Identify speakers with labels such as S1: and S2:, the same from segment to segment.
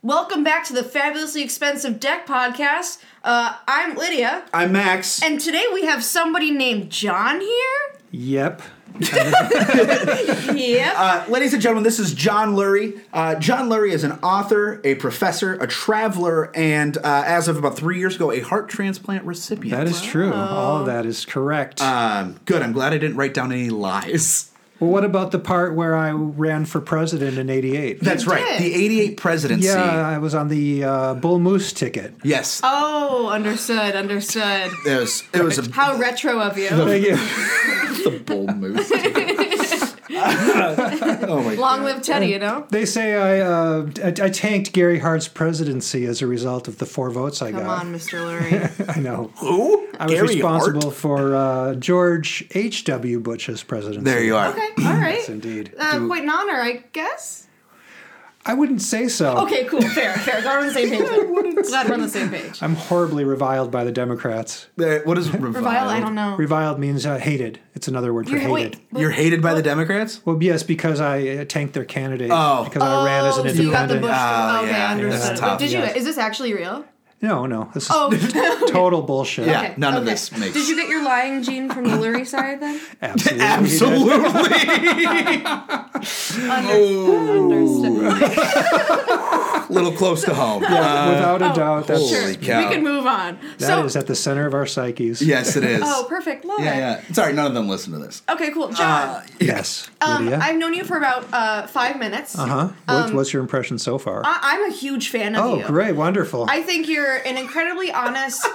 S1: Welcome back to the Fabulously Expensive Deck Podcast. Uh, I'm Lydia,
S2: I'm Max.
S1: and today we have somebody named John here. Yep.
S3: Yep.
S2: Uh, ladies and gentlemen, this is John Lurie. Uh, John Lurie is an author, a professor, a traveler, and uh, as of about three years ago, a heart transplant recipient.
S3: That is true. All of that is correct.
S2: um, good. I'm glad I didn't write down any lies.
S3: well, what about the part where I ran for president in 88?
S2: That's
S1: You
S2: right.
S1: did.
S2: The 88 presidency.
S3: yeah, I was on the uh, Bull Moose ticket.
S2: Yes.
S1: oh, understood, understood.
S2: it was. It was a
S1: How retro of you.
S3: Thank you.
S2: bull move. oh my
S1: Long live Teddy, you know?
S3: They say I, uh, I I tanked Gary Hart's presidency as a result of the four votes I
S1: Come
S3: got.
S1: on, Mr. Lurie.
S3: I know.
S2: Ooh,
S3: I
S2: Oh,
S3: was
S2: Gary
S3: responsible
S2: Hart.
S3: for uh, George H.W. Bush's presidency.
S2: There you are.
S1: Okay, all right.
S3: Yes, indeed.
S1: Uh, quite an honor, I guess.
S3: I wouldn't say so.
S1: Okay, cool, fair, fair. Glad we're on the same page. then. Glad we're on the same page.
S3: I'm horribly reviled by the Democrats.
S2: Uh, What is reviled?
S1: Revile, I don't know.
S3: Reviled means uh, hated. It's another word for
S1: Oh. You're-
S3: hated.
S1: wait,
S2: You're hated by the Democrats.
S3: Well, yes, because I uh, tanked their candidate.
S2: Oh.
S3: Because I ran as an
S1: Oh, so you got the
S3: independent. Ah,
S1: Bush.
S2: Oh,
S1: okay,
S2: yeah,
S1: understood.
S2: that's
S1: Wait,
S2: tough,
S1: did you?
S3: yes.
S1: Is this actually real?
S3: no, no. This is
S1: Oh,
S3: total bullshit.
S2: Yeah.
S1: Okay,
S2: none of
S1: okay.
S2: this makes-
S1: Did you get your lying gene from the Lurie side then?
S3: Absolutely.
S2: Absolutely.
S1: Understood.
S2: Little close to home. Uh,
S3: Without a doubt, that's
S2: Holy
S1: Oh, Sure.
S2: cow.
S1: We can move on.
S3: that
S1: so,
S3: is at the center of our psyches.
S2: Yes, it is.
S1: oh, perfect. Love it.
S2: Yeah, yeah. Sorry, none of them listen to this. Uh,
S1: Okay, cool. John,
S3: Yes.
S1: um,
S3: Lydia.
S1: I've known you for about uh, five minutes.
S3: Uh huh. What, what's your impression so far?
S1: I- I'm a huge fan of
S3: oh,
S1: you.
S3: great, wonderful.
S1: I think you're an incredibly honest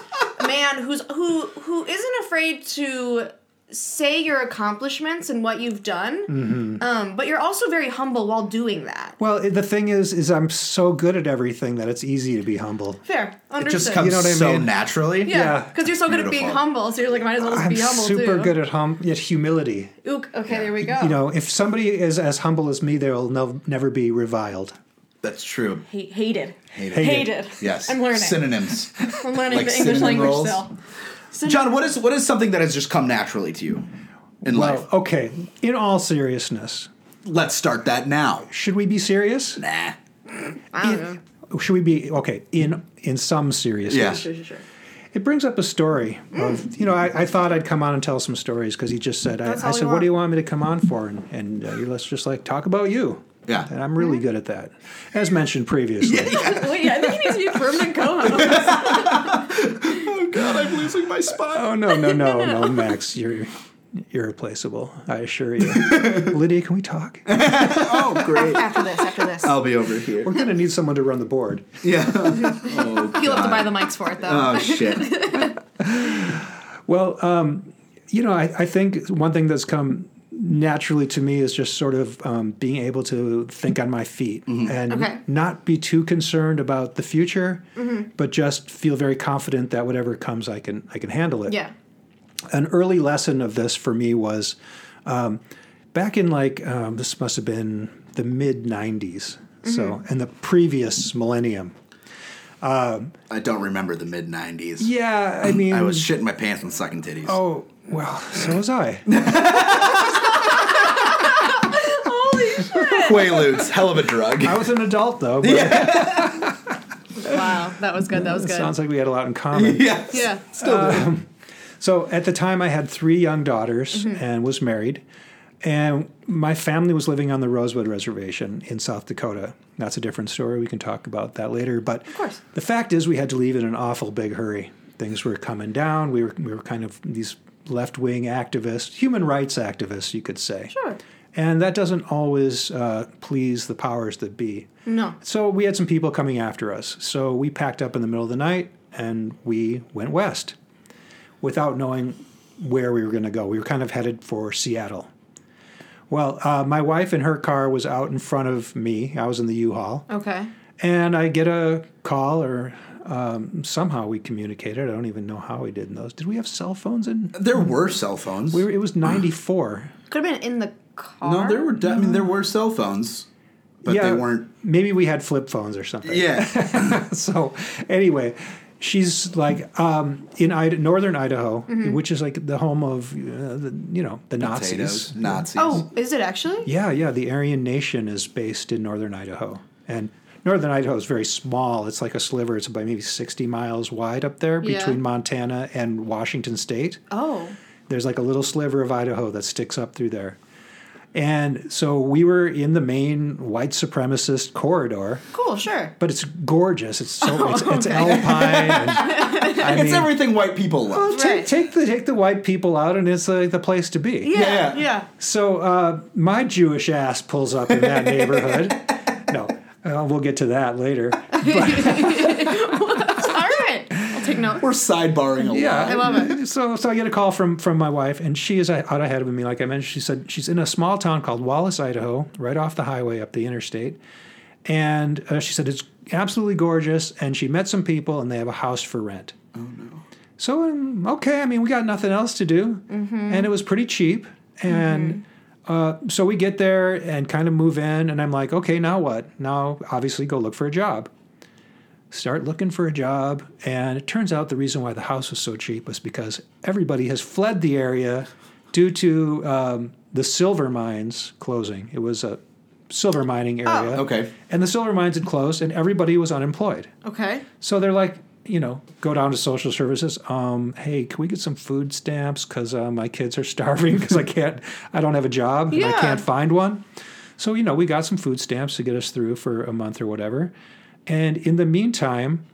S1: man who's who who isn't afraid to say your accomplishments and what you've done.
S3: Mm-hmm.
S1: Um, but you're also very humble while doing that.
S3: well, it- the thing is, is I'm so good at everything that it's easy to be humble.
S1: Fair,
S2: It
S1: understood.
S2: just comes
S3: You know what I
S2: so
S3: mean?
S2: naturally.
S1: yeah,
S3: yeah.
S1: because you're so good at being
S2: Beautiful.
S1: humble, so you're like, might as well just
S3: I'm
S1: be humble
S3: super
S1: too.
S3: good at hum at humility.
S1: Ook, okay, there we go.
S3: You know, if somebody is as humble as me, they'll no- never be reviled.
S2: That's true.
S1: Hate, hated. Hated.
S3: Hated.
S2: Yes.
S1: I'm learning.
S2: synonyms.
S1: I'm learning
S2: Like
S1: the English
S2: cinnamon
S1: language
S2: rolls.
S1: still.
S2: John, what is what is something that has just come naturally to you in
S3: Well,
S2: life?
S3: okay. In all seriousness,
S2: Let's start that now.
S3: should we be serious?
S2: Nah.
S1: I don't know.
S3: Should we be okay in in some seriousness?
S1: Sure, sure, sure.
S3: It brings up a story of you know I, I thought I'd come on and tell some stories because he just said I, I
S1: That's all
S3: said
S1: we
S3: what do you
S1: want."
S3: want me to come on for and and uh, you- let's just like talk about you
S2: Yeah.
S3: and I'm really good at that as mentioned previously
S1: Wait, I think he needs to be a permanent co-host.
S2: Oh God, I'm losing my spot.
S3: oh no no no no Max you're irreplaceable I assure you Lydia can we talk
S2: Oh great.
S1: after this, after this,
S2: I'll be over here.
S3: we're gonna need someone to run the board
S2: Yeah.
S1: you'll have to buy the mics for it though.
S2: Oh shit.
S3: well um, you know I, I think one thing that's come naturally to me is just sort of um, being able to think on my feet and
S1: Okay. Mm-hmm.
S3: not be too concerned about the future, but just feel very confident that whatever comes, I can I can handle it.
S1: yeah.
S3: An early lesson of this for me was um, back in like um, this must have been the mid '90s, so
S1: Mm-hmm.
S3: and the previous millennium.
S2: I don't remember the mid '90s.
S3: Yeah, I mean,
S2: I was shitting my pants and sucking titties.
S3: oh well, so was I.
S1: Holy shit!
S2: Quaaludes, hell of a drug.
S3: I was an adult though. But
S1: Wow, that was good. That was
S3: It
S1: good.
S3: sounds like we had a lot in common.
S2: yeah.
S1: yeah.
S2: Still do.
S3: So at the time, I had three young daughters
S1: Mm-hmm.
S3: and was married. And my family was living on the Rosewood Reservation in South Dakota. That's a different story. We can talk about that later. But of
S1: course.
S3: the fact is, we had to leave in an awful big hurry. Things were coming down. We were, we were kind of these left wing activists, human rights activists, you could say.
S1: Sure.
S3: And that doesn't always uh, please the powers that be.
S1: No.
S3: So we had some people coming after us. So we packed up in the middle of the night and we went west without knowing where we were going to go. We were kind of headed for Seattle. Well, uh, my wife and her car was out in front of me. I was in the U-Haul,
S1: Okay.
S3: and I get a call, or um, somehow we communicated. I don't even know how we did in those. Did we have cell phones? In
S2: There were cell phones.
S3: it was '94.
S1: Could have been in the car.
S2: no, there were. De- I mean, there were cell phones, but
S3: yeah,
S2: they weren't.
S3: Maybe we had flip phones or something.
S2: Yeah.
S3: so anyway she's like um, in Ida- northern idaho which is like the home of uh, the, you know the nazis
S2: Potatoes, Nazis.
S1: Oh, is it actually?
S3: yeah yeah the aryan nation is based in northern idaho and Northern Idaho is very small. It's like a sliver. It's about maybe 60 miles wide up there
S1: Yeah.
S3: between Montana and Washington State.
S1: Oh.
S3: There's like a little sliver of Idaho that sticks up through there. And so we were in the main white supremacist corridor,
S1: Cool. Sure.
S3: but it's gorgeous. It's so it's, it's alpine. And, I
S2: it's
S3: mean,
S2: everything white people love.
S3: well, take,
S1: Right.
S3: take the take the white people out, and it's like the place to be.
S2: Yeah.
S1: Yeah. Yeah.
S3: So uh, my Jewish ass pulls up in that neighborhood. No, uh, we'll get to that later.
S1: All right. I'll take note.
S2: We're sidebarring a lot.
S1: I love it.
S3: So, so I get a call from from my wife, and she is out ahead of me. Like I mentioned, she said she's in a small town called Wallace, Idaho, right off the highway up the interstate. And uh, she said it's absolutely gorgeous. And she met some people, and they have a house for rent. Oh no! So um, okay, I mean we got nothing else to do, and it was pretty cheap. And uh, so we get there and kind of move in, and I'm like, okay, now what? Now obviously go look for a job start looking for a job. And it turns out the reason why the house was so cheap was because everybody has fled the area due to um, the silver mines closing. It was a silver mining area.
S2: Oh, Okay.
S3: And the silver mines had closed, and everybody was unemployed.
S1: Okay.
S3: So they're like, you know, go down to social services. Um, hey, can we get some food stamps? Because uh, my kids are starving because I can't, I don't have a job and I
S1: Yeah.
S3: can't find one. So, you know, we got some food stamps to get us through for a month or whatever. And in the meantime,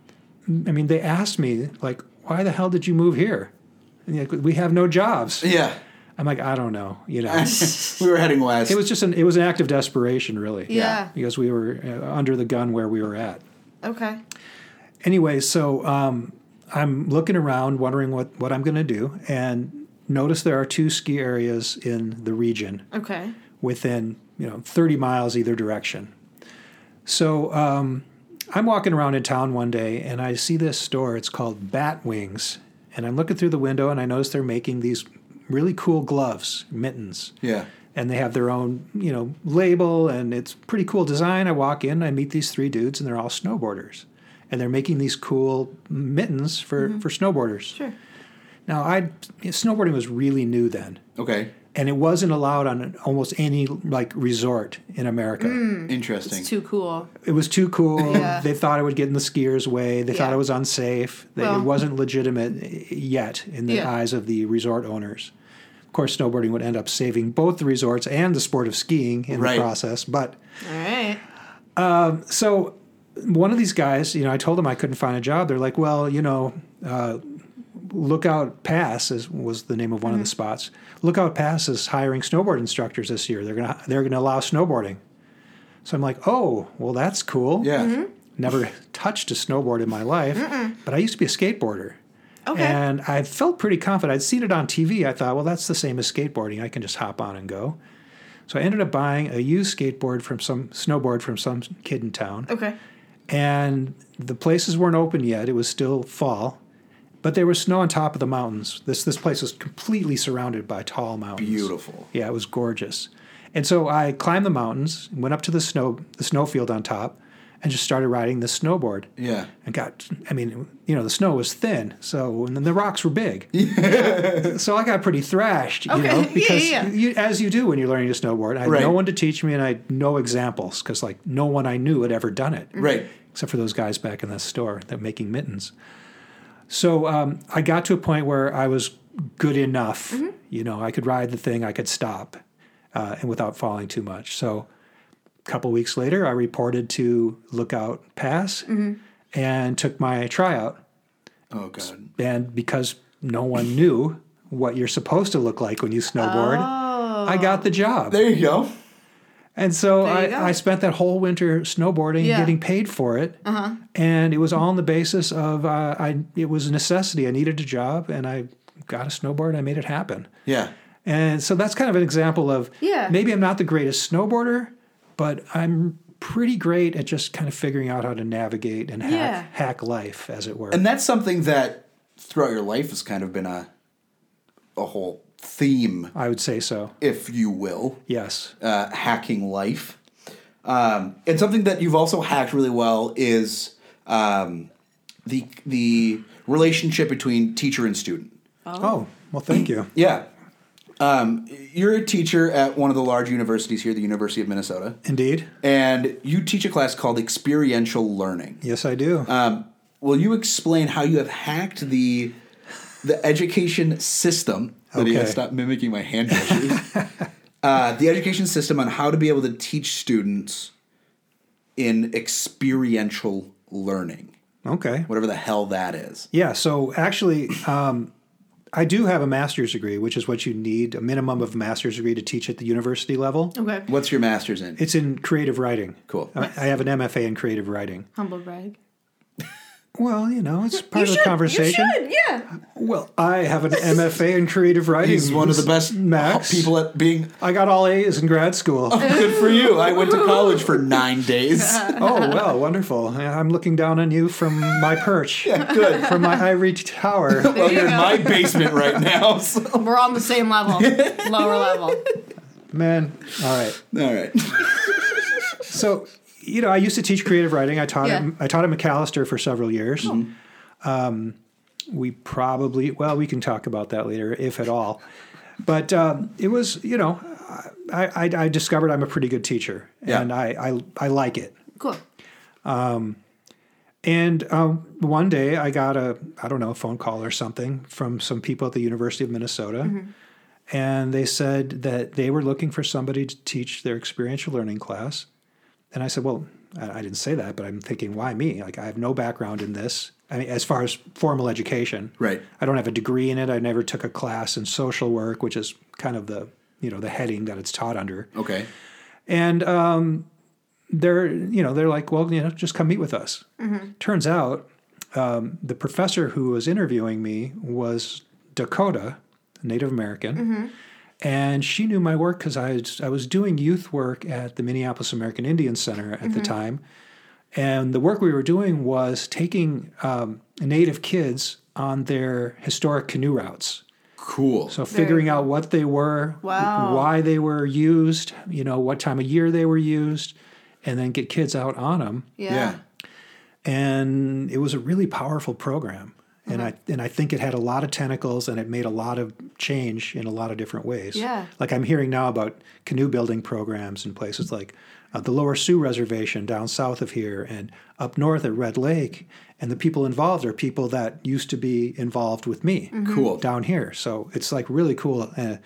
S3: I mean, they asked me, like, why the hell did you move here? And, like, we have no jobs.
S2: Yeah.
S3: I'm like, I don't know. You know,
S2: we were heading west.
S3: it was just an, it was an act of desperation, really.
S1: Yeah.
S3: Because we were uh, under the gun where we were at
S1: Okay.
S3: anyway, so um, I'm looking around, wondering what, what I'm going to do, and notice there are two ski areas in the region
S1: Okay.
S3: within you know 30 miles either direction. So um, I'm walking around in town one day, and I see this store. It's called Bat Wings, and I'm looking through the window, and I notice they're making these really cool gloves, mittens
S2: yeah.
S3: and they have their own you know label and it's pretty cool design i walk in i meet these three dudes and they're all snowboarders and they're making these cool mittens for for snowboarders
S1: Sure.
S3: now i snowboarding was really new then
S2: Okay.
S3: and it wasn't allowed on almost any like resort in america
S2: Interesting.
S1: Hmm. It's too cool.
S3: it was too cool
S1: Yeah.
S3: they thought it would get in the skiers way they thought
S1: Yeah.
S3: it was unsafe that it
S1: Well-
S3: wasn't legitimate yet in the
S1: Yeah.
S3: eyes of the resort owners of course snowboarding would end up saving both the resorts and the sport of skiing in
S2: Right.
S3: the process but
S1: All right.
S3: so one of these guys, you know, I told them I couldn't find a job. They're like, well, you know, uh, Lookout Pass is, was the name of one of the
S1: Mm-hmm.
S3: spots. Lookout Pass is hiring snowboard instructors this year. They're gonna they're gonna allow snowboarding. So I'm like, oh, well, that's cool.
S2: yeah.
S1: Mm-hmm.
S3: Never touched a snowboard in my life, but I used to be a skateboarder.
S1: Okay.
S3: And I felt pretty confident. I'd seen it on TV. I thought, well, that's the same as skateboarding. I can just hop on and go. So I ended up buying a used skateboard from some snowboard from some kid in town
S1: okay.
S3: and the places weren't open yet. It was still fall, but there was snow on top of the mountains. This this place was completely surrounded by tall mountains.
S2: Beautiful.
S3: Yeah, it was gorgeous. And so I climbed the mountains, went up to the snow the snowfield on top, and just started riding the snowboard.
S2: Yeah.
S1: Mm-hmm.
S3: And got, I mean, you know, the snow was thin, so and then the rocks were big. so I got pretty thrashed, you
S1: Okay. Yeah,
S3: know,
S1: yeah,
S3: because
S1: yeah.
S3: You, as you do when you're learning to snowboard. I had
S2: Right.
S3: no one to teach me, and I had no examples because like no one I knew had ever done it
S2: Right.
S3: except for those guys back in that store that making mittens. So um, I got to a point where I was good enough. You know, I could ride the thing, I could stop, uh, and without falling too much. So a couple weeks later, I reported to Lookout Pass and took my tryout.
S2: Oh god.
S3: And because no one knew what you're supposed to look like when you snowboard, I got the job.
S2: There you go.
S3: And so
S1: There you
S3: I,
S1: go.
S3: I spent that whole winter snowboarding,
S1: Yeah. Uh-huh.
S3: and getting paid for it, and it was all on the basis of uh, I. It was a necessity. I needed a job, and I got a snowboard. And I made it happen.
S2: Yeah.
S3: And so that's kind of an example of
S1: Yeah.
S3: maybe I'm not the greatest snowboarder, but I'm pretty great at just kind of figuring out how to navigate and hack
S1: Yeah.
S3: hack life, as it were.
S2: And that's something that throughout your life has kind of been a a whole theme,
S3: I would say so.
S2: if you will.
S3: Yes.
S2: uh, hacking life. Um, and something that you've also hacked really well is um, the the relationship between teacher and student.
S3: Oh, well, Oh, thank you.
S2: Yeah, Um, You're a teacher at one of the large universities here, the University of Minnesota,
S3: Indeed.
S2: and you teach a class called experiential learning.
S3: Yes, I do.
S2: Will you explain how you have hacked the the education system? That he
S3: Okay.
S2: has stopped mimicking my hand gestures. uh, the education system on how to be able to teach students in experiential learning,
S3: okay.
S2: whatever the hell that is.
S3: Yeah. So actually, um, I do have a master's degree, which is what you need a minimum of a master's degree to teach at the university level.
S1: Okay.
S2: What's your master's in?
S3: It's in creative writing.
S2: Cool.
S3: I, I have an MFA in creative writing.
S1: Humble brag.
S3: Well, you know, it's part
S1: You
S3: of
S1: should-
S3: the conversation.
S1: You should, yeah.
S3: Well, I have an MFA in creative writing.
S2: He's one of the best
S3: Max.
S2: people at being
S3: I got all A's in grad school. oh,
S2: Good for you. I went to college for nine days.
S3: Oh, well, wonderful. I'm looking down on you from my perch,
S2: Good.
S3: from my ivory tower.
S2: Well, you're in
S1: go.
S2: my basement right now. So. All
S1: We're on the same level, lower level.
S3: Man, all right.
S2: right.
S3: So, you know, I used to teach creative writing. I taught
S1: Yeah.
S3: at, I taught at McAllister for several years. Um, we probably well, we can talk about that later, if at all. But um, it was, you know, I, I, I discovered I'm a pretty good teacher,
S2: Yeah.
S3: and I, I I like it.
S1: Cool.
S3: And um, one day I got a, I don't know, a phone call or something from some people at the University of Minnesota. And they said that they were looking for somebody to teach their experiential learning class. And I said, well, I I didn't say that, but I'm thinking, why me? Like, I have no background in this. I mean, as far as formal education,
S2: Right.
S3: I don't have a degree in it. I never took a class in social work, which is kind of the, you know, the heading that it's taught under
S2: Okay.
S3: and um, they're you know they're like well you know just come meet with us turns out um, the professor who was interviewing me was dakota native american and she knew my work because I, was- I was doing youth work at the minneapolis american indian center at the time and the work we were doing was taking um, native kids on their historic canoe routes
S2: Cool.
S3: so
S1: Very
S3: figuring
S1: cool.
S3: out what they were,
S1: Wow.
S3: why they were used, you know, what time of year they were used, and then get kids out on them.
S1: Yeah.
S3: And it was a really powerful program. And
S1: Uh-huh.
S3: I and I think it had a lot of tentacles and it made a lot of change in a lot of different ways.
S1: Yeah.
S3: Like I'm hearing now about canoe building programs in places like uh, the Lower Sioux Reservation down south of here and up north at Red Lake. And the people involved are people that used to be involved with me
S1: Mm-hmm.
S2: Cool.
S3: down here. So it's like really cool. Uh,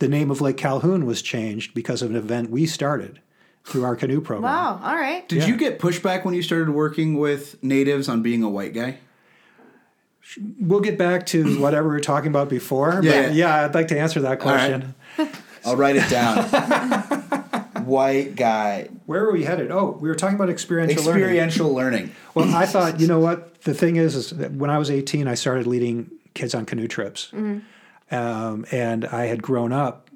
S3: the name of Lake Calhoun was changed because of an event we started through our canoe program.
S1: Wow. All right.
S2: Did you get pushback when you started working with natives on being a white guy?
S3: We'll get back to whatever we were talking about before. but
S2: Yeah, yeah.
S3: yeah. I'd like to answer that
S2: right.
S3: question.
S2: I'll write it down. white guy.
S3: Where were we headed? Oh, we were talking about experiential, learning.
S2: Experiential learning.
S3: Well, I thought, you know what? The thing is, is that when I was 18, I started leading kids on canoe trips. Um, and I had grown up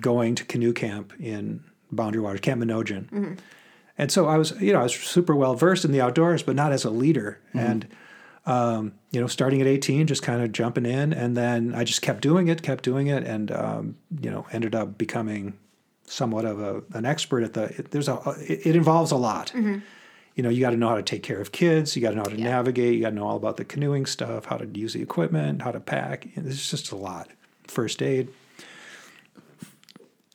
S3: going to canoe camp in Boundary Waters, Camp Minogen. And so I was, you know, I was super well versed in the outdoors, but not as a leader. And, um, you know, starting at 18, just kind of jumping in. And then I just kept doing it, kept doing it, and, um, you know, ended up becoming somewhat of a, an expert at the, it, there's a, it, it involves a lot. You know, you got to know how to take care of kids. You got to know how to navigate. You got to know all about the canoeing stuff, how to use the equipment, how to pack. It's just a lot. First aid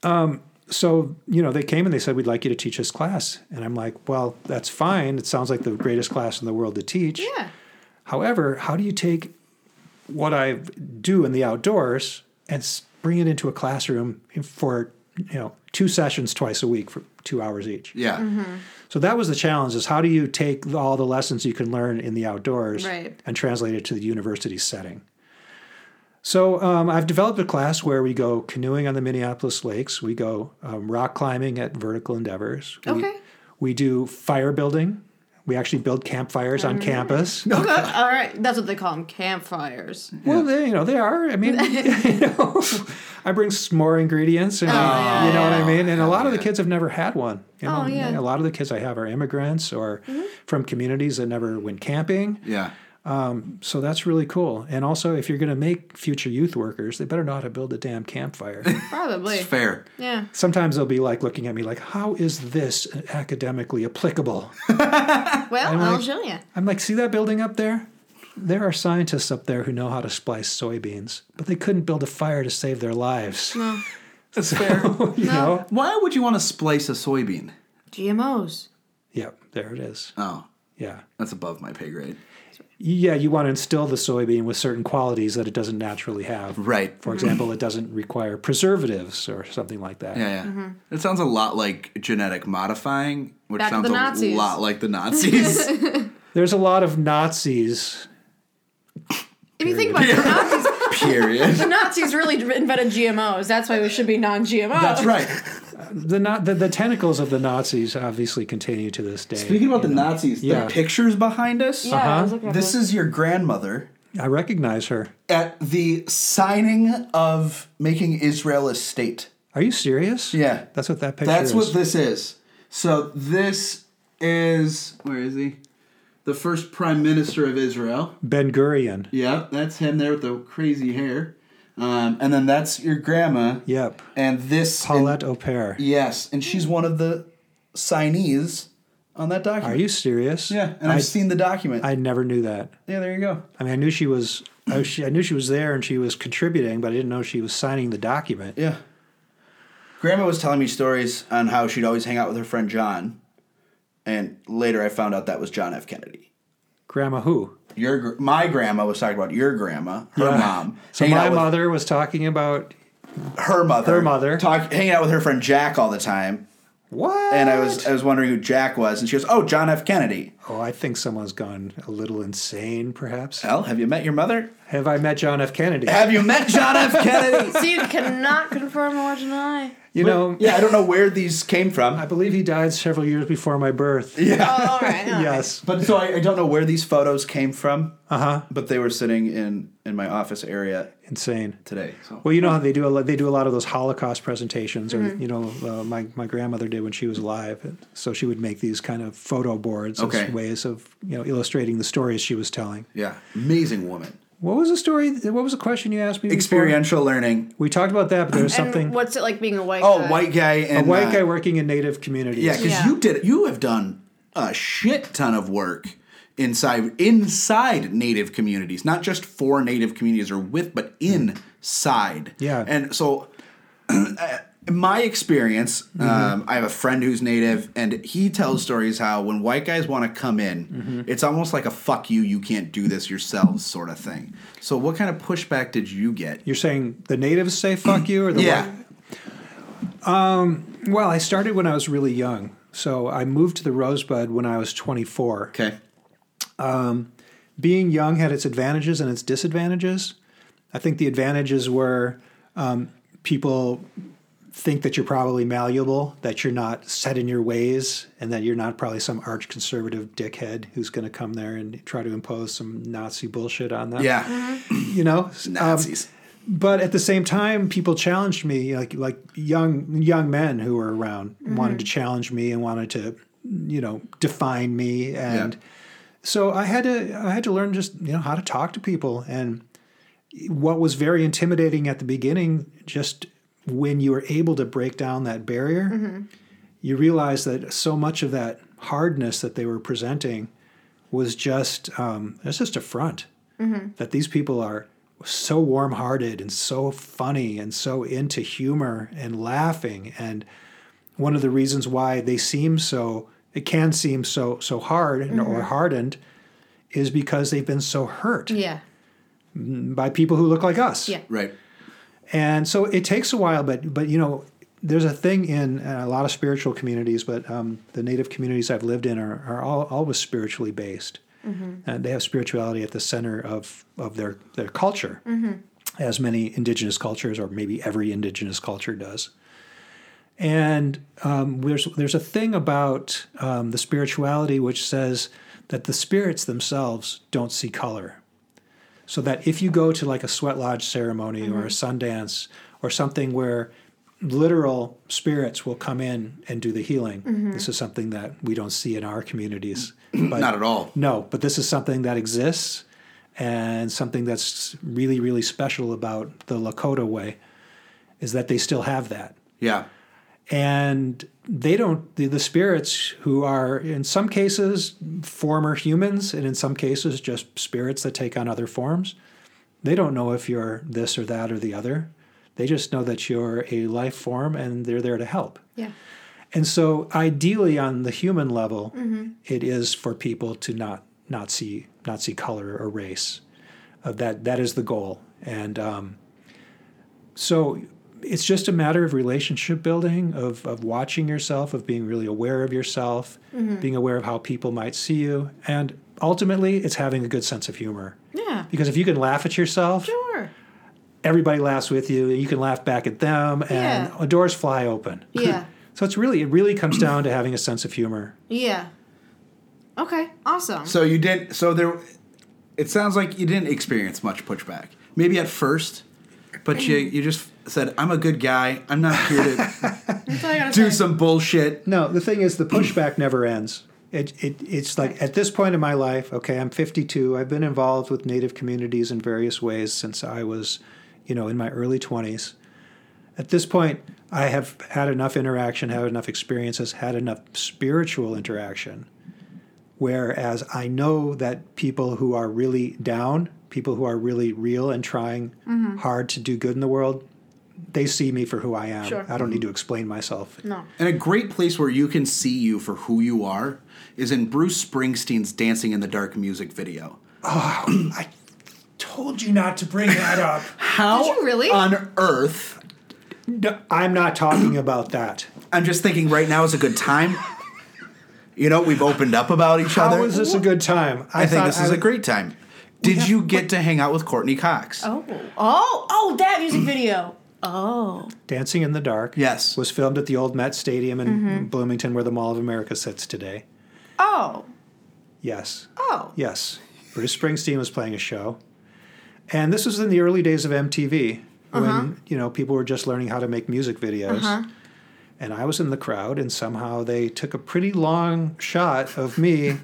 S3: Um, so you know they came and they said we'd like you to teach this class and i'm like well that's fine it sounds like the greatest class in the world to teach
S1: Yeah.
S3: however how do you take what i do in the outdoors and s- bring it into a classroom in- for you know two sessions twice a week for two hours each
S2: Yeah.
S1: Mm-hmm.
S3: so that was the challenge is how do you take all the lessons you can learn in the outdoors
S1: Right.
S3: and translate it to the university setting so um, i've developed a class where we go canoeing on the minneapolis lakes we go um, rock climbing at vertical endeavors we,
S1: Okay.
S3: we do fire building we actually build campfires
S1: Mm.
S3: on campus
S1: Okay. All right. That's what they call them campfires.
S3: well they, you know they are i mean you know i bring s'more ingredients and
S1: Oh, yeah,
S3: you know what
S1: yeah.
S3: i mean and a lot of the
S2: yeah.
S3: kids have never had one you know
S1: Oh, yeah. Mm-hmm.
S3: a lot of the kids i have are immigrants or from communities that never went camping
S2: Yeah.
S3: so that's really cool and also if you're going to make future youth workers they better know how to build a damn campfire
S1: Probably.
S2: It's fair.
S1: Yeah.
S3: sometimes they'll be like looking at me like how is this academically applicable
S1: Well, I'll show you.
S3: i'm like see that building up there There are scientists up there who know how to splice soybeans, but they couldn't build a fire to save their lives.
S2: That's fair.
S3: you know?
S2: Why would you want to splice a soybean?
S1: GMOs.
S3: Yep, there it is.
S2: Oh,
S3: Yeah.
S2: that's above my pay grade.
S3: Yeah, you want to instill the soybean with certain qualities that it doesn't naturally have.
S2: Right.
S3: For example, it doesn't require preservatives or something like that.
S2: Yeah, yeah. It sounds a lot like genetic modifying, which
S1: Mm-hmm. Back to
S2: sounds
S1: the
S2: a
S1: Nazis.
S2: lot like the Nazis.
S3: There's a lot of Nazis.
S1: If you think about it, the Nazis,
S2: Period.
S1: the Nazis really invented GMOs. That's why we should be non-GMO.
S2: That's right.
S3: The, Na- the the tentacles of the Nazis obviously continue to this day.
S2: Speaking about the Nazis,
S3: Yeah.
S2: the pictures behind us.
S1: Yeah,
S3: Uh-huh.
S1: I was looking at
S2: This
S1: those.
S2: is your grandmother
S3: I recognize her.
S2: at the signing of making Israel a state.
S3: Are you serious?
S2: Yeah.
S3: That's what that picture
S2: That's
S3: is.
S2: what this is. So this is where is he? The first prime minister of Israel.
S3: ben Gurion.
S2: Yeah, that's him there with the crazy hair. Um, and then that's your grandma.
S3: Yep.
S2: And this
S3: Paulette Au Pair.
S2: yes, and she's one of the signees on that document.
S3: Are you serious?
S2: Yeah, and I,
S3: I,
S2: have seen the document.
S3: I never knew that.
S2: yeah, there you go.
S3: I mean, I knew she was. I, was- she, I knew she was there and she was contributing, but I didn't know she was signing the document.
S2: Yeah. Grandma was telling me stories on how she'd always hang out with her friend John, and later I found out that was John F. Kennedy.
S3: Grandma who?
S2: Your gr- my grandma was talking about your grandma, her
S3: Yeah.
S2: mom.
S3: So
S2: hanging
S3: my
S2: out with
S3: mother was talking about
S2: her mother,
S3: her mother.
S2: talk, hanging out with her friend Jack all the time.
S3: what?
S2: And I was uh, I was wondering who Jack was, and she goes, "Oh, John F. Kennedy."
S3: Oh, I think someone's gone a little insane, perhaps.
S2: Hell, have you met your mother?
S3: Have I met John F. Kennedy?
S2: Have you met John F. Kennedy?
S1: So you cannot confirm or deny.
S3: You know,
S2: yeah, I don't know where these came
S3: I
S2: from.
S3: believe he died several years before my birth.
S1: Oh, all right. all right.
S3: Yes.
S2: But so I, I don't know where these photos came from.
S3: Uh huh.
S2: But they were sitting in in my office area
S3: Insane.
S2: today. So.
S3: Well, you know how they do a lot, they do a lot of those Holocaust presentations, or you know, uh, my my grandmother did when she was alive. And So she would make these kind of photo boards
S2: Okay.
S3: as ways of you know illustrating the stories she was telling.
S2: Yeah, amazing woman.
S3: What was the story? What was the question you asked me? before?
S2: Experiential learning.
S3: We talked about that, but there was
S1: And
S3: something
S1: what's it like being a white
S2: Oh,
S1: guy?
S2: white guy
S3: a
S2: and
S3: white
S2: uh,
S3: guy working in Native communities.
S2: Yeah, because
S1: Yeah.
S2: you did. You have done a shit ton of work inside inside Native communities, not just for Native communities or with, but inside.
S3: Yeah.
S2: and so. in my experience,
S3: Mm-hmm.
S2: um, I have a friend who's native, and he tells stories how when white guys want to come in,
S3: Mm-hmm.
S2: it's almost like a "fuck you, you can't do this yourselves" sort of thing. So, what kind of pushback did you get?
S3: You're saying the natives say "fuck you" or the
S2: Yeah,
S3: white- Well, I started when I was really young. So I moved to the Rosebud when I was 24.
S2: okay,
S3: Being young had its advantages and its disadvantages. I think the advantages were um, people think that you're probably malleable, that you're not set in your ways, and that you're not probably some arch conservative dickhead who's going to come there and try to impose some Nazi bullshit on them.
S2: yeah, Mm-hmm.
S3: You know? Um,
S2: Nazis.
S3: but at the same time, people challenged me, like like young young men who were around wanted to challenge me and wanted to, you know, define me, and
S2: Yeah.
S3: so I had to I had to learn just you know how to talk to people, and what was very intimidating at the beginning, just when you were able to break down that barrier, you realize that so much of that hardness that they were presenting was just um, it's just a front
S1: Mm-hmm.
S3: that these people are so warm-hearted and so funny and so into humor and laughing and one of the reasons why they seem so it can seem so so hard and or hardened is because they've been so hurt
S1: Mm-hmm. Yeah.
S3: by people who look like us
S1: Yeah.
S2: right.
S3: and so it takes a while but but you know there's a thing in uh, a lot of spiritual communities but um, the native communities i've lived in are, are all, always spiritually based Mm-hmm. and they have spirituality at the center of of their their culture as many indigenous cultures or maybe every indigenous culture does and um, there's there's a thing about um, the spirituality which says that the spirits themselves don't see color so that if you go to like a sweat lodge ceremony or a Sundance or something where literal spirits will come in and do the healing, this is something that we don't see in our communities. But
S2: Not at all.
S3: No, but this is something that exists and something that's really, really special about the Lakota way is that they still have that.
S2: Yeah.
S3: and they don't the, the spirits who are in some cases former humans and in some cases just spirits that take on other forms they don't know if you're this or that or the other they just know that you're a life form and they're there to help
S1: Yeah.
S3: and so ideally on the human level
S1: Mm-hmm.
S3: it is for people to not not see not see color or race uh, that that is the goal and um, so it's just a matter of relationship building of, of watching yourself of being really aware of yourself
S1: Mm-hmm.
S3: being aware of how people might see you and ultimately it's having a good sense of humor
S1: Yeah.
S3: because if you can laugh at yourself
S1: Sure.
S3: everybody laughs with you you can laugh back at them and
S1: Yeah.
S3: doors fly open
S1: Yeah.
S3: so it's really it really comes down to having a sense of humor
S1: Yeah. Okay. Awesome.
S2: So you didn't. So there. It sounds like you didn't experience much pushback. Maybe at first, but you you just said, "I'm a good guy. I'm not here to
S1: That's all I gotta
S2: do
S1: say.
S2: some bullshit."
S3: No, the thing is, the pushback never ends. It, it, it's like at this point in my life, okay, I'm 52. I've been involved with Native communities in various ways since I was, you know, in my early 20s. At this point, I have had enough interaction, had enough experiences, had enough spiritual interaction. Whereas I know that people who are really down, people who are really real and trying hard to do good in the world, they see me for who I am.
S1: Sure.
S3: I don't need to explain myself.
S1: No.
S2: And a great place where you can see you for who you are is in Bruce Springsteen's "Dancing in the Dark" music video.
S3: I told you not to bring that up.
S2: How
S1: Did you really?
S2: on earth?
S3: No, I'm not talking about that.
S2: I'm just thinking right now is a good time. You know, we've opened up about each
S3: How
S2: other.
S3: is this a good time?
S2: I think
S3: thought
S2: this is a
S3: would-
S2: great time. Did you get to hang out with Courtney Cox?
S1: Oh. Oh. Oh. That
S2: Mm.
S1: music video. Oh.
S3: Dancing in the Dark.
S2: Yes.
S3: was filmed at the old Met Stadium in Bloomington, where the Mall of America sits today.
S1: Oh.
S3: Yes,
S1: Oh.
S3: yes. Bruce Springsteen was playing a show, and this was in the early days of MTV when you know people were just learning how to make music videos. And I was in the crowd, and somehow they took a pretty long shot of me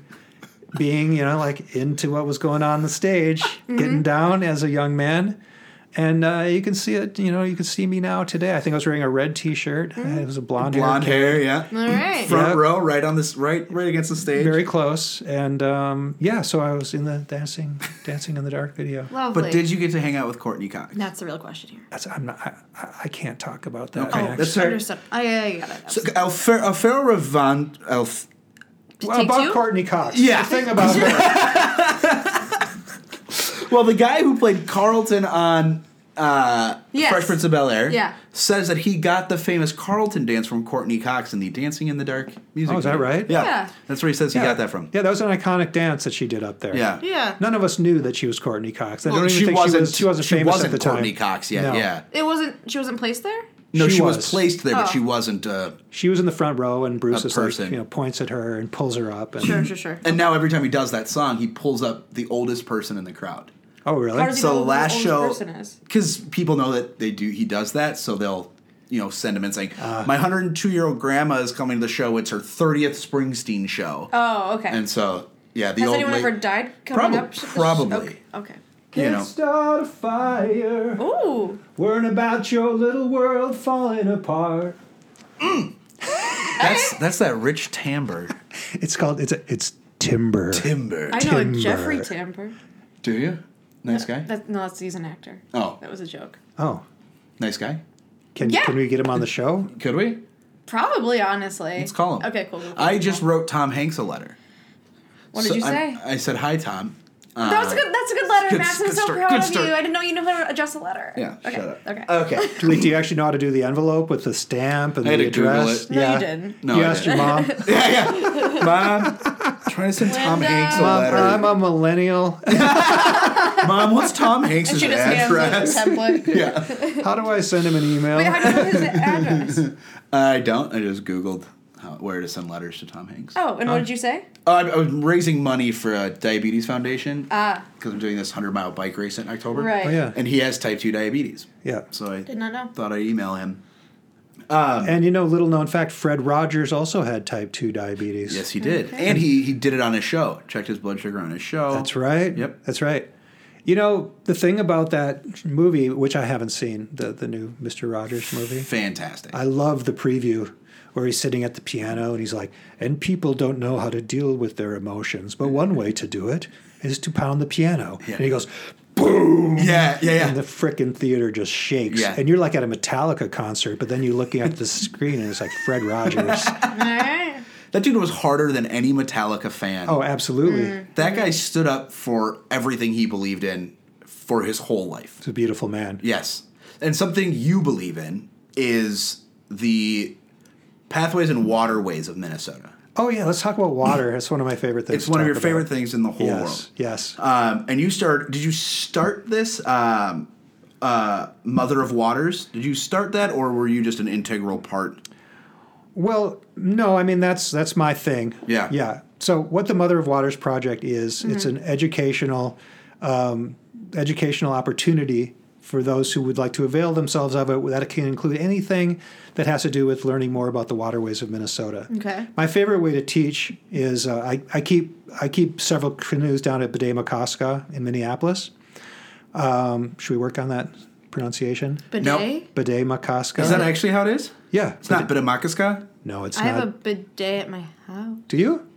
S3: being, you know, like into what was going on the stage, getting down as a young man. And uh, you can see it, you know, you can see me now today. I think I was wearing a red t shirt. It was a blonde,
S2: Blonde
S3: hair.
S2: hair, yeah.
S1: All right.
S2: Front
S3: Yep.
S2: row, right on this, right, right against the stage.
S3: Very close. And um, yeah, so I was in the dancing, dancing in the dark video.
S1: Lovely.
S2: but did you get to hang out with Courtney Cox?
S1: That's the real question here. Oh,
S3: That's, I'm not, I, I- I can't talk about that.
S2: Okay.
S3: I
S2: Oh, That's
S3: actually-
S1: Understood.
S2: fair.
S1: I, I got it.
S2: So, Alfer- Alfaro Ravan, Alf-
S3: Well,
S1: Take
S3: about
S1: two?
S3: Courtney Cox.
S2: Yeah.
S3: The thing about her.
S2: well, the guy who played Carlton on uh,
S1: Yes.
S2: Fresh Prince of Bel Air,
S1: Yeah.
S2: says that he got the famous Carlton dance from Courtney Cox in the Dancing in the Dark music.
S3: Oh, is that
S2: video.
S3: right?
S2: Yeah.
S1: Yeah.
S2: that's where he says he got that from.
S3: Yeah, that was an iconic dance that she did up there.
S2: Yeah,
S1: yeah.
S3: None of us knew that she was Courtney Cox. I don't
S2: Well,
S3: even think she was. She wasn't
S2: she
S3: famous
S2: wasn't
S3: at the
S2: Courtney
S3: time.
S2: Cox yet.
S3: No.
S2: Yeah,
S1: It wasn't. She wasn't placed there.
S2: no,
S3: She
S2: she, was.
S3: was.
S2: placed there, but
S1: Oh.
S2: she wasn't. Uh,
S3: She was in the front row, and Bruce
S2: A
S3: is like,
S2: person.
S3: you know, points at her and pulls her up. And,
S1: Sure. Sure. Sure.
S2: and now every time he does that song, he pulls up the oldest person in the crowd.
S3: Oh,
S1: How
S3: really?
S1: does he
S2: so
S1: know who the
S2: last
S1: oldest
S2: show-
S1: person is?
S2: because people know that they do he does that so they'll you know send him in saying my 102 year old grandma is coming to the show it's her 30th springsteen show
S1: Oh. Okay.
S2: and so yeah the
S1: Has
S2: old
S1: anyone
S2: la-
S1: ever died
S2: Probab-
S1: coming up?
S2: probably.
S1: Okay. okay.
S2: you know
S3: start a fire.
S1: Ooh.
S3: Worrying about your little world falling apart.
S2: that's that's that rich timbre
S3: It's called. It's a, It's timber.
S2: timber
S1: I know
S3: Timber.
S1: a Jeffrey Tambor.
S2: do you nice guy
S1: That, no, that's he's an actor.
S2: Oh.
S1: That was a joke.
S3: oh,
S2: nice guy
S3: can
S1: Yeah.
S3: can we get him on the show?
S2: could we
S1: Probably, honestly.
S2: let's call him
S1: Okay, cool. we'll call
S2: i
S1: him.
S2: just wrote tom hanks a letter
S1: What did you say?
S2: I, said hi tom uh,
S1: that was a good. That's a good letter,
S2: good-
S1: Max. I'm
S2: good
S1: so
S2: start,
S1: proud
S2: good
S1: of
S2: start.
S1: you. I didn't know you knew how to address a letter.
S2: yeah
S1: Okay.
S2: shut up Uh,
S1: Okay.
S2: okay
S3: Wait, do you actually know how to do the envelope with the stamp and
S2: I had
S3: the
S2: to Google
S3: address?
S2: it.
S1: No, you
S3: yeah.
S1: didn't.
S2: No,
S3: you
S2: I
S3: asked your mom.
S2: yeah yeah mom trying to send tom
S1: Linda.
S2: hanks a
S1: Mom,
S2: letter
S3: I'm a millennial.
S2: Mom, what's Tom
S1: And
S2: Hanks'
S1: she just hands
S2: address?
S1: him the template.
S2: yeah.
S3: How do I send him an email?
S1: Wait, how do you know his address?
S2: I don't. I just Googled how, where to send letters to Tom Hanks.
S1: Oh, and what did you say?
S2: Oh, I, I was raising money for a diabetes foundation
S1: Ah,
S2: because I'm doing this 100 mile bike race in October.
S1: right.
S3: oh yeah,
S2: And he has type 2 diabetes.
S3: yeah.
S2: So I
S1: Did not know.
S2: thought I'd email him. Um,
S3: And you know, little known fact, Fred Rogers also had type 2 diabetes.
S2: Yes, he did.
S1: Okay.
S2: And he, he did it on his show. Checked his blood sugar on his show.
S3: That's right.
S2: Yep.
S3: That's right. You know, the thing about that movie, which I haven't seen, the, the new Mr. Rogers movie,
S2: Fantastic.
S3: I love the preview where he's sitting at the piano and he's like, and people don't know how to deal with their emotions, but one way to do it is to pound the piano. And he goes, boom.
S2: yeah, yeah, yeah.
S3: And the frickin' theater just shakes.
S2: Yeah.
S3: And you're like at a Metallica concert, but then you're looking at the screen and it's like Fred Rogers.
S1: Alright.
S2: that dude was harder than any Metallica fan.
S3: oh, absolutely.
S2: That guy stood up for everything he believed in for his whole life.
S3: It's a beautiful man.
S2: Yes. And something you believe in is the pathways and waterways of Minnesota.
S3: Oh, yeah. Let's talk about water. It's one of my favorite things.
S2: It's
S3: to
S2: one of
S3: talk
S2: your
S3: about.
S2: favorite things in the whole
S3: Yes.
S2: world.
S3: Yes.
S2: Um, and you start, did you start this, um, uh, Mother of Waters? Did you start that or were you just an integral part?
S3: Well, no, I mean that's that's my thing.
S2: Yeah.
S3: Yeah. So what the Mother of Waters project is, it's an educational um, educational opportunity for those who would like to avail themselves of it. That can include anything that has to do with learning more about the waterways of Minnesota.
S1: Okay.
S3: My favorite way to teach is uh, I, I keep I keep several canoes down at Bidet Makaska in Minneapolis. Um, should we work on that pronunciation?
S1: Bidet?
S3: Bidet Makaska.
S2: Is that actually how it is?
S3: yeah?
S2: It's not Bitamakaska?
S3: no, it's
S1: I
S3: not.
S1: have a bidet at my house.
S3: Do you?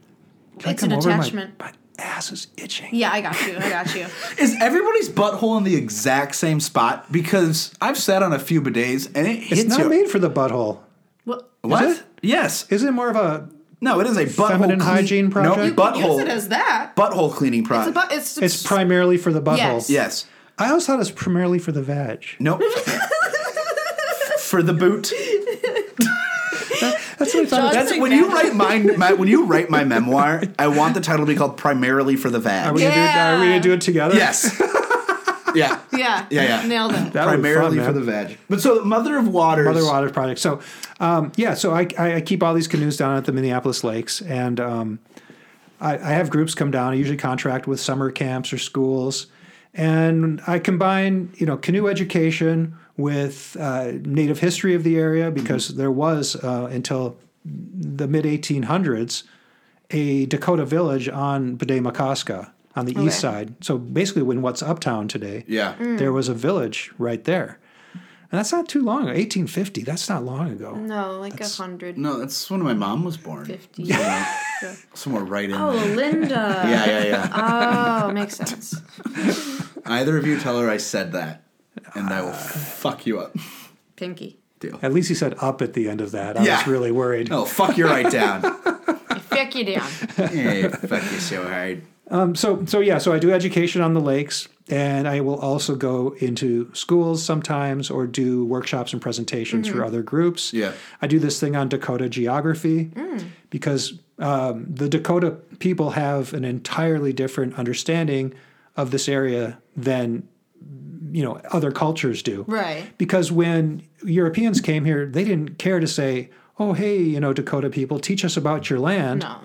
S3: Can I
S1: It's an
S3: come over? My-
S1: attachment.
S3: My, ass is itching.
S1: Yeah, I got you. I got you.
S2: Is everybody's butthole in the exact same spot? Because I've sat on a few bidets and it hits
S3: it's not
S2: you.
S3: made for the butthole.
S1: Well,
S2: What?
S3: Is it?
S2: Yes.
S3: Isn't it more of a?
S2: No, it is a butthole
S3: Feminine hygiene project?
S2: No,
S3: You
S1: you can
S2: butthole.
S1: use it as that.
S2: butthole cleaning
S1: It's, a
S2: product.
S1: bu- it's,
S3: It's primarily for the butthole.
S1: Yes.
S2: yes.
S3: I always thought it's primarily for the vag.
S2: Nope. For the boot.
S3: That's what I
S1: Johnson-
S3: thought. That's,
S2: That's when you write my, my when you write my memoir. I want the title to be called primarily for the vag.
S3: are we gonna do it? Are we gonna do it together?
S2: Yes. yeah.
S1: yeah.
S2: Yeah, yeah.
S1: Nailed it.
S3: That would be
S2: primarily
S3: fun,
S2: for
S3: man.
S2: the vag. But so mother of waters.
S3: Mother Water Project. So, um, yeah, so I, I I keep all these canoes down at the Minneapolis lakes, and um, I, I have groups come down. I usually contract with summer camps or schools, and I combine you know canoe education with uh, native history of the area because there was uh, until the mid 1800s a Dakota village on Bidet Makaska on the east
S1: Okay.
S3: side. So basically, when what's uptown today,
S2: Yeah.
S1: Mm.
S3: there was a village right there. And that's not too long ago. 1850, that's not long ago.
S1: No, like a hundred
S2: No, that's when my mom was born.
S1: fifty. Yeah.
S2: Somewhere right in
S1: Oh,
S2: there.
S1: Linda.
S2: Yeah, yeah, yeah.
S1: Oh, makes sense.
S2: Either of you tell her I said that, and I will
S3: Ah.
S2: fuck you up.
S1: Pinky.
S2: Deal.
S3: At least he said up at the end of that. I
S2: Yeah.
S3: was really worried.
S2: Oh, fuck you right down.
S1: Fuck you down.
S2: hey, fuck you so hard.
S3: Um, so, so yeah, so I do education on the lakes, and I will also go into schools sometimes or do workshops and presentations for other groups.
S2: Yeah.
S3: I do this thing on Dakota geography because um, the Dakota people have an entirely different understanding of this area than you know other cultures do.
S1: Right.
S3: because when Europeans came here, they didn't care to say, "Oh, hey, you know, Dakota people, teach us about your land."
S1: No.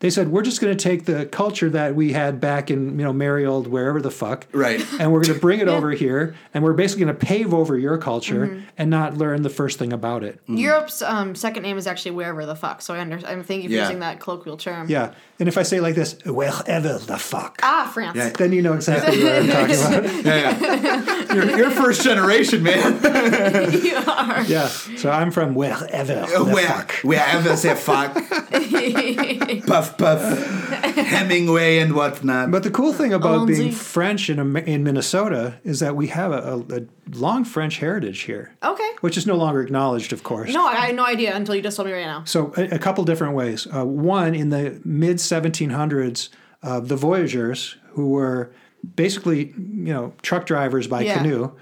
S3: They said, "We're just going to take the culture that we had back in, you know, Mariold, wherever the fuck,
S2: Right.
S3: and we're going to bring it over here, and we're basically going to pave over your culture
S1: Mm-hmm.
S3: and not learn the first thing about it."
S2: Mm. Hmm.
S1: Europe's um, second name is actually wherever the fuck. So I under- I'm thank you for
S2: Yeah.
S1: using that colloquial term.
S3: Yeah, and if I say it like this, wherever the fuck,
S1: Ah, France.
S2: Yeah.
S3: then you know exactly what I'm talking about.
S2: Yeah, yeah. You're, you're first generation, man.
S1: you are.
S3: Yeah, so I'm from wherever the
S2: Where,
S3: fuck.
S2: wherever they fuck, puff puff, Hemingway and whatnot.
S3: But the cool thing about being
S1: Onzi.
S3: French in, Am- in Minnesota is that we have a, a, a long French heritage here,
S1: Okay.
S3: which is no longer acknowledged, of course.
S1: No, I I had no idea until you just told me right now.
S3: So, a, a couple different ways. Uh, one, in the mid 1700s, uh, the voyageurs, who were basically you know truck drivers by
S1: Yeah.
S3: canoe,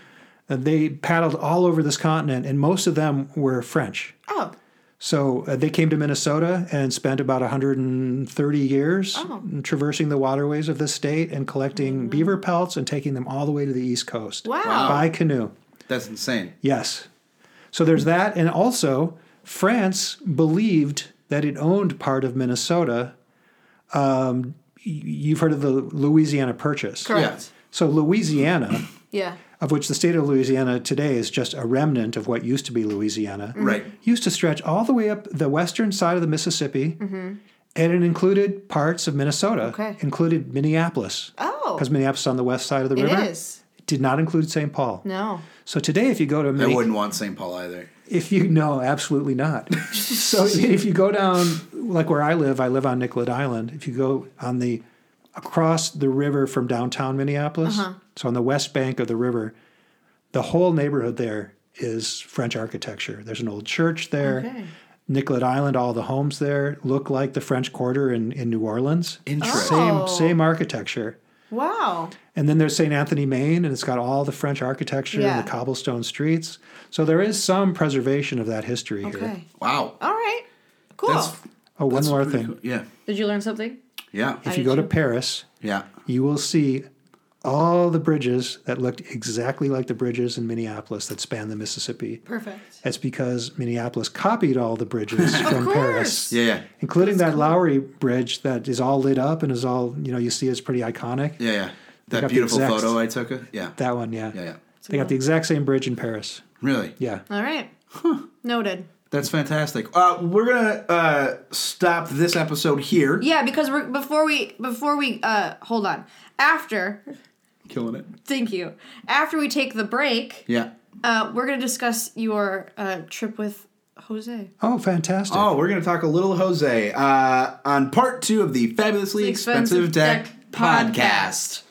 S3: uh, they paddled all over this continent, and most of them were French.
S1: Oh.
S3: So uh, they came to Minnesota and spent about 130 years traversing the waterways of this state and collecting beaver pelts and taking them all the way to the East Coast
S1: Wow.
S2: Wow.
S3: by canoe.
S2: That's insane.
S3: Yes. So there's that. And also, France believed that it owned part of Minnesota. Um, y- you've heard of the Louisiana Purchase.
S1: Correct.
S3: So, Louisiana,
S1: Yeah.
S3: of which the state of Louisiana today is just a remnant of what used to be Louisiana
S2: Right.
S3: used to stretch all the way up the western side of the Mississippi, and it included parts of Minnesota,
S1: Mm-hmm. Okay.
S3: included Minneapolis,
S1: Oh. Oh.
S3: because Minneapolis is on the west side of the
S1: It
S3: river.
S1: is.
S3: It did not include St. Paul.
S1: No.
S3: So today, if you go to
S2: I
S3: Minneapolis,
S2: wouldn't want St. Paul either.
S3: if you no, absolutely not. so if you go down, like where I live, I live on Nicollet Island. If you go on the across the river from downtown Minneapolis,
S1: Uh-huh.
S3: so on the west bank of the river, the whole neighborhood there is French architecture. There's an old church there.
S1: Okay.
S3: Nicollet Island, all the homes there look like the French Quarter in, in New Orleans.
S2: Interesting.
S1: Oh.
S3: Same same architecture.
S1: Wow.
S3: And then there's St. Anthony, Maine, and it's got all the French architecture
S1: Yeah.
S3: and the cobblestone streets. So there is some preservation of that history here.
S1: Okay.
S2: Wow.
S1: All right. Cool.
S2: That's-
S3: Oh, one
S2: That's
S3: more
S2: pretty
S3: thing.
S2: cool. Yeah.
S1: Did you learn something?
S2: Yeah.
S3: If
S1: I
S3: you
S1: did
S3: go to
S1: too.
S3: Paris,
S2: Yeah.
S3: you will see all the bridges that looked exactly like the bridges in Minneapolis that span the Mississippi.
S1: Perfect.
S3: That's because Minneapolis copied all the bridges from
S1: course.
S3: Paris,
S2: Yeah. Yeah.
S3: including that Lowry Bridge that is all lit up and is all, you know, you see it's pretty iconic.
S2: Yeah. yeah.
S3: got
S2: That
S3: the
S2: beautiful
S3: exact-
S2: photo I took. Of, yeah.
S3: That one, yeah.
S2: Yeah. Yeah.
S3: They got the exact same bridge in Paris.
S2: Really.
S3: Yeah.
S1: All right. Noted.
S2: That's fantastic. Uh, we're gonna uh, stop this episode here.
S1: Yeah, because we're before we before we uh hold on. After
S2: Killing it.
S1: thank you. After we take the break,
S2: Yeah.
S1: uh, we're gonna discuss your uh trip with Jose.
S3: Oh, fantastic.
S2: Oh, we're gonna talk a little Jose uh, on part two of the fabulously
S1: The
S2: expensive,
S1: Expensive
S2: deck,
S1: Deck
S2: podcast.
S1: Podcast.